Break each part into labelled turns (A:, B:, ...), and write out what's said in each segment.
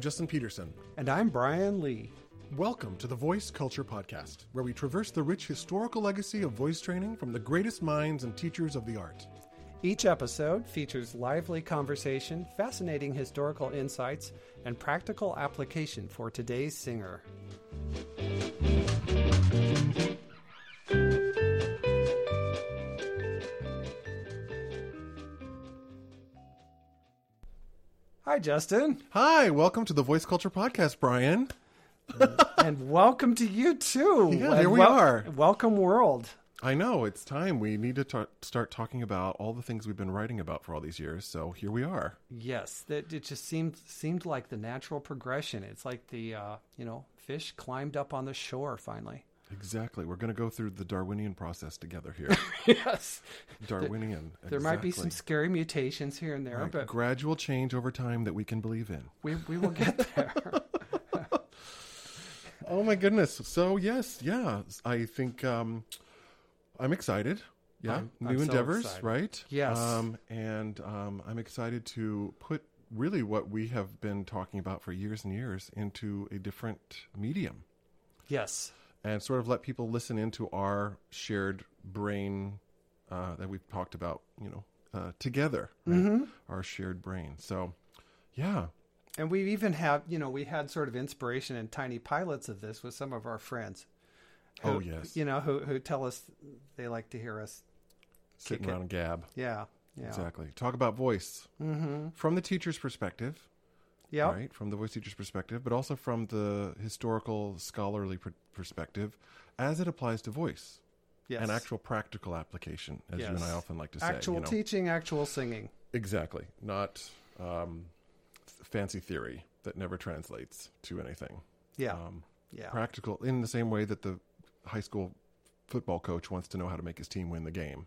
A: Justin Peterson.
B: And I'm Brian Lee.
A: Welcome to the Voice Culture Podcast, where we traverse the rich historical legacy of voice training from the greatest minds and teachers of the art.
B: Each episode features lively conversation, fascinating historical insights, and practical application for today's singer. Hi, Justin,
A: Hi, welcome to the Voice Culture Podcast, Brian.
B: and welcome to you too.
A: Yeah,
B: And
A: here we are.
B: Welcome, world.
A: I know it's time. We need to ta- start talking about all the things we've been writing about for all these years. So here we are.
B: Yes, that it just seemed seemed like the natural progression. It's like the uh, you know fish climbed up on the shore finally.
A: Exactly. We're going to go through the Darwinian process together here.
B: yes,
A: Darwinian.
B: there might be some
A: exactly.
B: scary mutations here and there,
A: Right.
B: but
A: gradual change over time that we can believe in.
B: we we will get there.
A: Oh my goodness. So yes, yeah. I think um I'm excited. Yeah.
B: I'm-
A: New
B: I'm so
A: endeavors,
B: excited.
A: right?
B: Yes.
A: Um and um I'm excited to put really what we have been talking about for years and years into a different medium
B: yes,
A: and sort of let people listen into our shared brain uh that we've talked about, you know, uh together. right?
B: Mm-hmm.
A: Our shared brain. So yeah.
B: and we even have you know we had sort of inspiration and tiny pilots of this with some of our friends. Who,
A: Oh, yes.
B: you know who who tell us they like to hear us.
A: Sitting
B: Kick it.
A: around and gab.
B: Yeah, yeah,
A: Exactly. Talk about voice. Mm-hmm. From the teacher's perspective.
B: yeah.
A: right from the voice teacher's perspective but also from the historical scholarly per- perspective as it applies to voice
B: Yes,
A: an actual practical application as you and i
B: Yes.
A: often like to say
B: actual
A: you know.
B: teaching, actual singing.
A: exactly not um, th- fancy theory that never translates to anything
B: Yeah,
A: um,
B: yeah.
A: practical in the same way that the high school football coach wants to know how to make his team win the game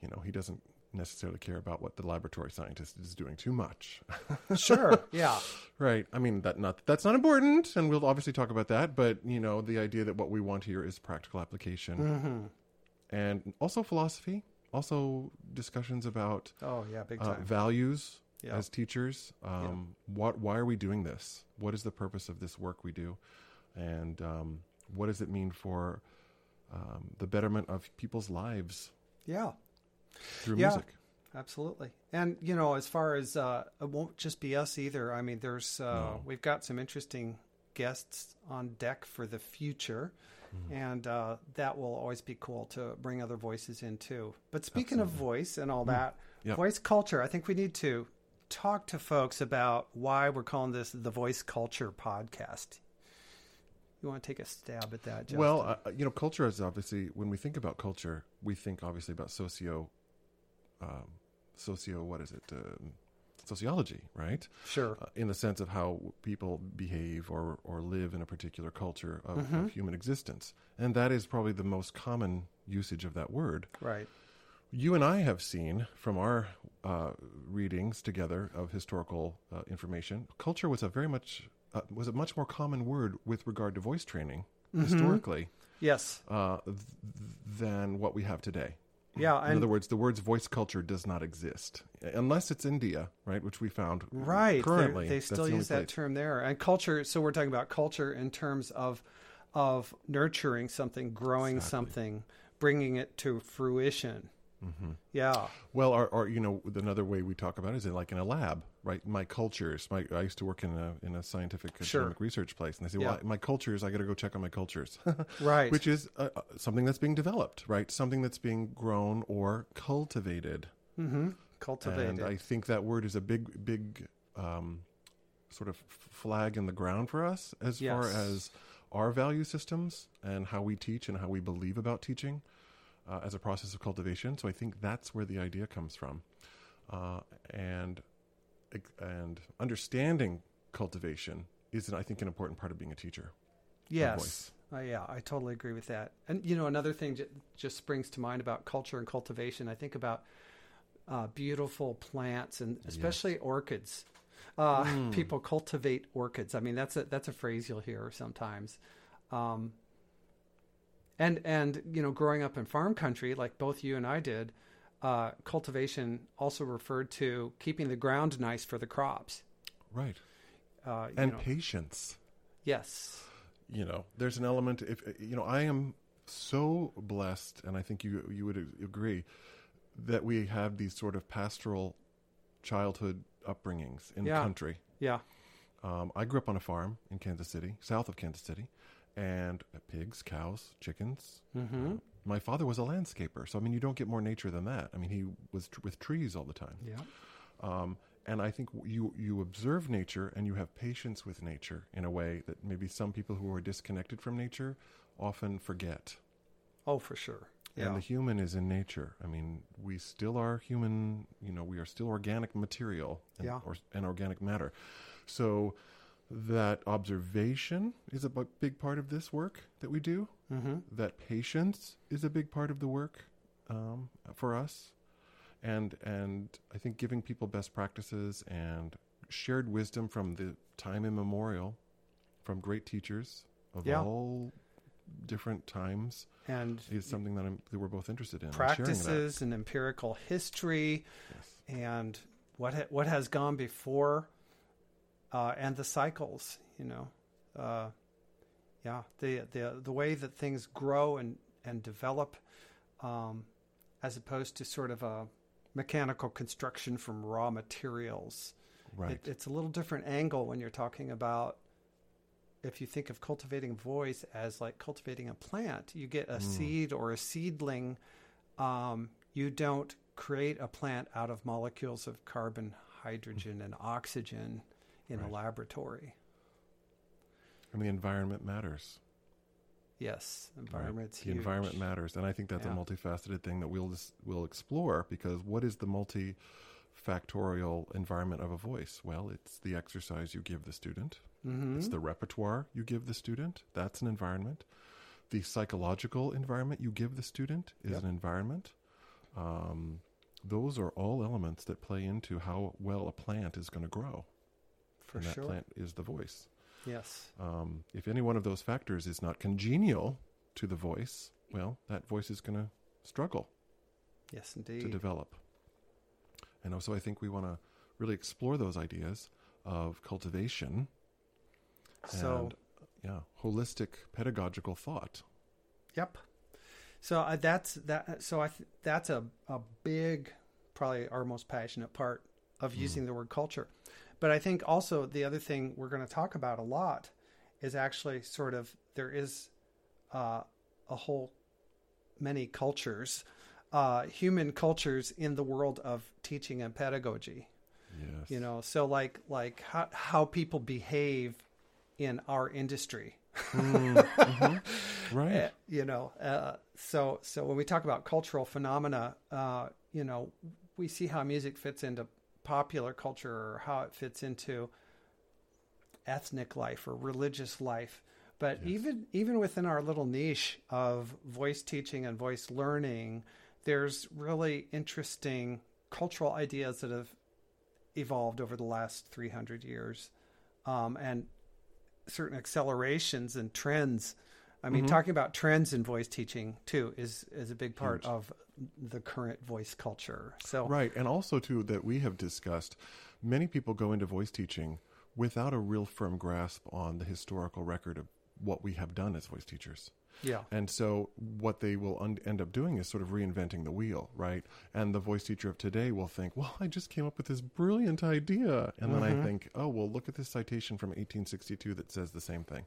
A: you know he doesn't necessarily care about what the laboratory scientist is doing too much
B: Sure. Yeah.
A: Right. I mean that not that's not important, and we'll obviously talk about that. But you know, the idea that what we want here is practical application,
B: Mm-hmm.
A: and also philosophy, also discussions about
B: Oh yeah, big
A: uh,
B: time.
A: values
B: Yeah.
A: as teachers. Um, What? Why are we doing this? What is the purpose of this work we do? And um, what does it mean for um, the betterment of people's lives
B: yeah,
A: through
B: Yeah.
A: music?
B: absolutely. And you know, as far as uh, it won't just be us either. I mean, there's uh, we've got some interesting guests on deck for the future,
A: Mm-hmm.
B: and uh, that will always be cool to bring other voices in too. But speaking of voice and all that,
A: Mm-hmm. Yep.
B: voice culture. I think we need to talk to folks about why we're calling this the Voice Culture Podcast. You want to take a stab at that, Justin?
A: Well, uh, you know, culture is obviously when we think about culture, we think obviously about socio, um, socio. What is it? Um, sociology, right?
B: sure.
A: Uh, in the sense of how people behave or or live in a particular culture of, of human existence, and that is probably the most common usage of that word.
B: Right.
A: You and I have seen from our uh, readings together of historical uh, information, culture was a very much uh, was a much more common word with regard to voice training historically
B: Yes.
A: uh, th- than what we have today.
B: Yeah.
A: in
B: And
A: other words, the words voice culture does not exist uh, unless it's India, right? Which we found
B: right They're-
A: currently.
B: they
A: that's
B: still
A: the only
B: use that
A: place.
B: term there and culture so we're talking about culture in terms of of nurturing something growing something bringing it to fruition
A: Mm-hmm.
B: yeah
A: Well, or, or you know, another way we talk about it is like in a lab, right? My cultures. My I used to work in a in a scientific
B: Sure.
A: academic research place, and they say, "Well,
B: Yeah.
A: my cultures. I got to go check on my cultures."
B: right
A: Which is uh, uh, something that's being developed, right? Something that's being grown or cultivated.
B: Mm-hmm. cultivated
A: And I think that word is a big, big um, sort of f- flag in the ground for us as far
B: Yes.
A: as our value systems and how we teach and how we believe about teaching uh, as a process of cultivation. So I think that's where the idea comes from, uh, and and understanding cultivation is, I think, an important part of being a teacher.
B: yes Uh, yeah i totally agree with that and you know another thing j- just springs to mind about culture and cultivation i think about uh, beautiful plants and especially orchids uh, people cultivate orchids i mean that's a that's a phrase you'll hear sometimes um, and and you know growing up in farm country like both you and i did uh, cultivation also referred to keeping the ground nice for the crops
A: Right.
B: Uh, you
A: and
B: know,
A: patience.
B: yes.
A: You know, there's an element. If you know, I am so blessed, and I think you you would agree that we have these sort of pastoral childhood upbringings in
B: Yeah.
A: the country.
B: Yeah.
A: Um, I grew up on a farm in Kansas City, south of Kansas City, and uh, pigs, cows, chickens.
B: Mm-hmm.
A: My father was a landscaper, so I mean, you don't get more nature than that. I mean, he was tr- with trees all the time.
B: Yeah.
A: Um, and I think you you observe nature and you have patience with nature in a way that maybe some people who are disconnected from nature often forget.
B: Oh, for sure. Yeah.
A: And the human is in nature. I mean, we still are human. You know, we are still organic material and,
B: Yeah.
A: or, and organic matter. So that observation is a bu- big part of this work that we do.
B: mm-hmm.
A: That patience is a big part of the work um, for us, and and I think giving people best practices and shared wisdom from the time immemorial, from great teachers of
B: Yeah.
A: all different times
B: And
A: is something that, I'm, that we're both interested in. and sharing that.
B: practices and empirical history
A: Yes.
B: and what ha- what has gone before uh, and the cycles you know uh, yeah the the the way that things grow and and develop um, as opposed to sort of a mechanical construction from raw materials
A: Right.
B: it, it's a little different angle when you're talking about if you think of cultivating voice as like cultivating a plant you get a
A: Mm.
B: seed or a seedling um, you don't create a plant out of molecules of carbon hydrogen and oxygen in
A: Mm.
B: a
A: Right.
B: laboratory
A: and the environment matters.
B: yes
A: right?
B: environment's
A: The
B: huge.
A: environment matters. And I think that's
B: Yeah.
A: a multifaceted thing that we'll, just, we'll explore because what is the multifactorial environment of a voice? Well, it's the exercise you give the student.
B: Mhm.
A: It's the repertoire you give the student. That's an environment. The psychological environment you give the student is
B: Yep.
A: an environment. Um, those are all elements that play into how well a plant is going to grow.
B: for
A: and that
B: sure
A: plant is the voice.
B: yes
A: Um, if any one of those factors is not congenial to the voice, well, that voice is going to struggle
B: yes
A: to
B: indeed
A: develop. And also, I think we want to really explore those ideas of cultivation
B: so
A: and yeah, holistic pedagogical thought.
B: Yep. So uh, that's that. So I th- that's a a big, probably our most passionate part of using the word culture, but I think also the other thing we're going to talk about a lot is actually sort of there is uh, a whole many cultures, uh, human cultures in the world of teaching and pedagogy
A: Yes.
B: you know so like like how, how people behave in our industry
A: Right.
B: Eh, you know uh, so so when we talk about cultural phenomena uh, you know we see how music fits into popular culture or how it fits into ethnic life or religious life but even even within our little niche of voice teaching and voice learning there's really interesting cultural ideas that have evolved over the last 300 years um, and certain accelerations and trends i
A: Mm-hmm.
B: mean talking about trends in voice teaching too is is a big part of the current voice culture so
A: Right. And also, too, that we have discussed, many people go into voice teaching without a real firm grasp on the historical record of what we have done as voice teachers.
B: yeah
A: And so, what they will un- end up doing is sort of reinventing the wheel, right? And the voice teacher of today will think, well, I just came up with this brilliant idea. And then I think, oh, well, look at this citation from 1862 that says the same thing,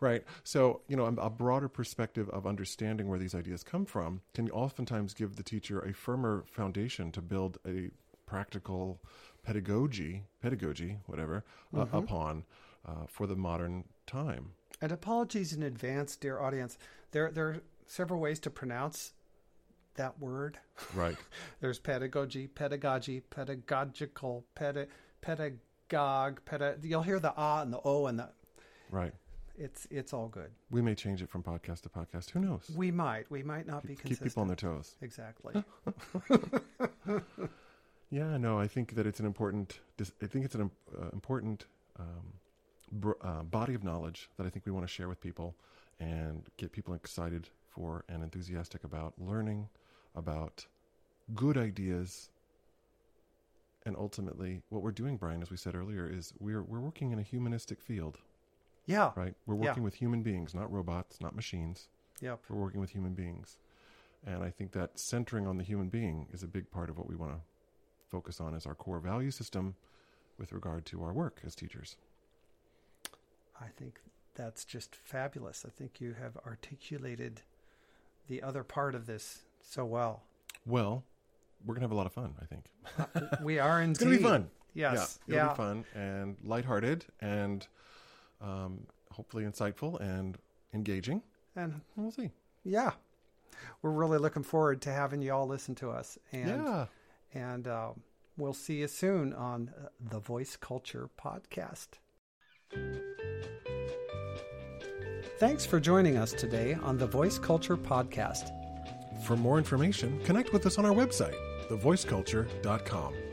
A: right? So, you know, a, a broader perspective of understanding where these ideas come from can oftentimes give the teacher a firmer foundation to build a practical pedagogy, pedagogy, whatever, uh, upon uh, for the modern time.
B: And apologies in advance, dear audience. There, there are several ways to pronounce that word.
A: Right.
B: There's pedagogy, pedagogy, pedagogical, peda, pedagogue, peda. You'll hear the ah and the o and the.
A: Right.
B: It's it's all good.
A: We may change it from podcast to podcast. Who knows?
B: We might we might not be
A: Keep
B: consistent.
A: people on their toes.
B: exactly.
A: Yeah, no, I think that it's an important. dis- I think it's an im- uh, important um, br- uh, body of knowledge that I think we want to share with people and get people excited for and enthusiastic about learning about good ideas And ultimately, what we're doing, Brian, as we said earlier, is we're we're working in a humanistic field,
B: Yeah.
A: right? We're
B: Yeah.
A: working with human beings, not robots, not machines.
B: Yep.
A: We're working with human beings, and I think that centering on the human being is a big part of what we want to focus on as our core value system with regard to our work as teachers.
B: I think that's just fabulous. I think you have articulated the other part of this so well.
A: Well, we're gonna have a lot of fun, I think.
B: We are indeed.
A: It's gonna be fun.
B: Yes.
A: Yeah, it'll be fun and lighthearted and um, hopefully insightful and engaging.
B: And
A: We'll see.
B: yeah, we're really looking forward to having you all listen to us. And
A: yeah.
B: and uh, we'll see you soon on uh, the Voice Culture Podcast. Thanks for joining us today on the Voice Culture Podcast.
A: For more information, connect with us on our website, thevoiceculture.com.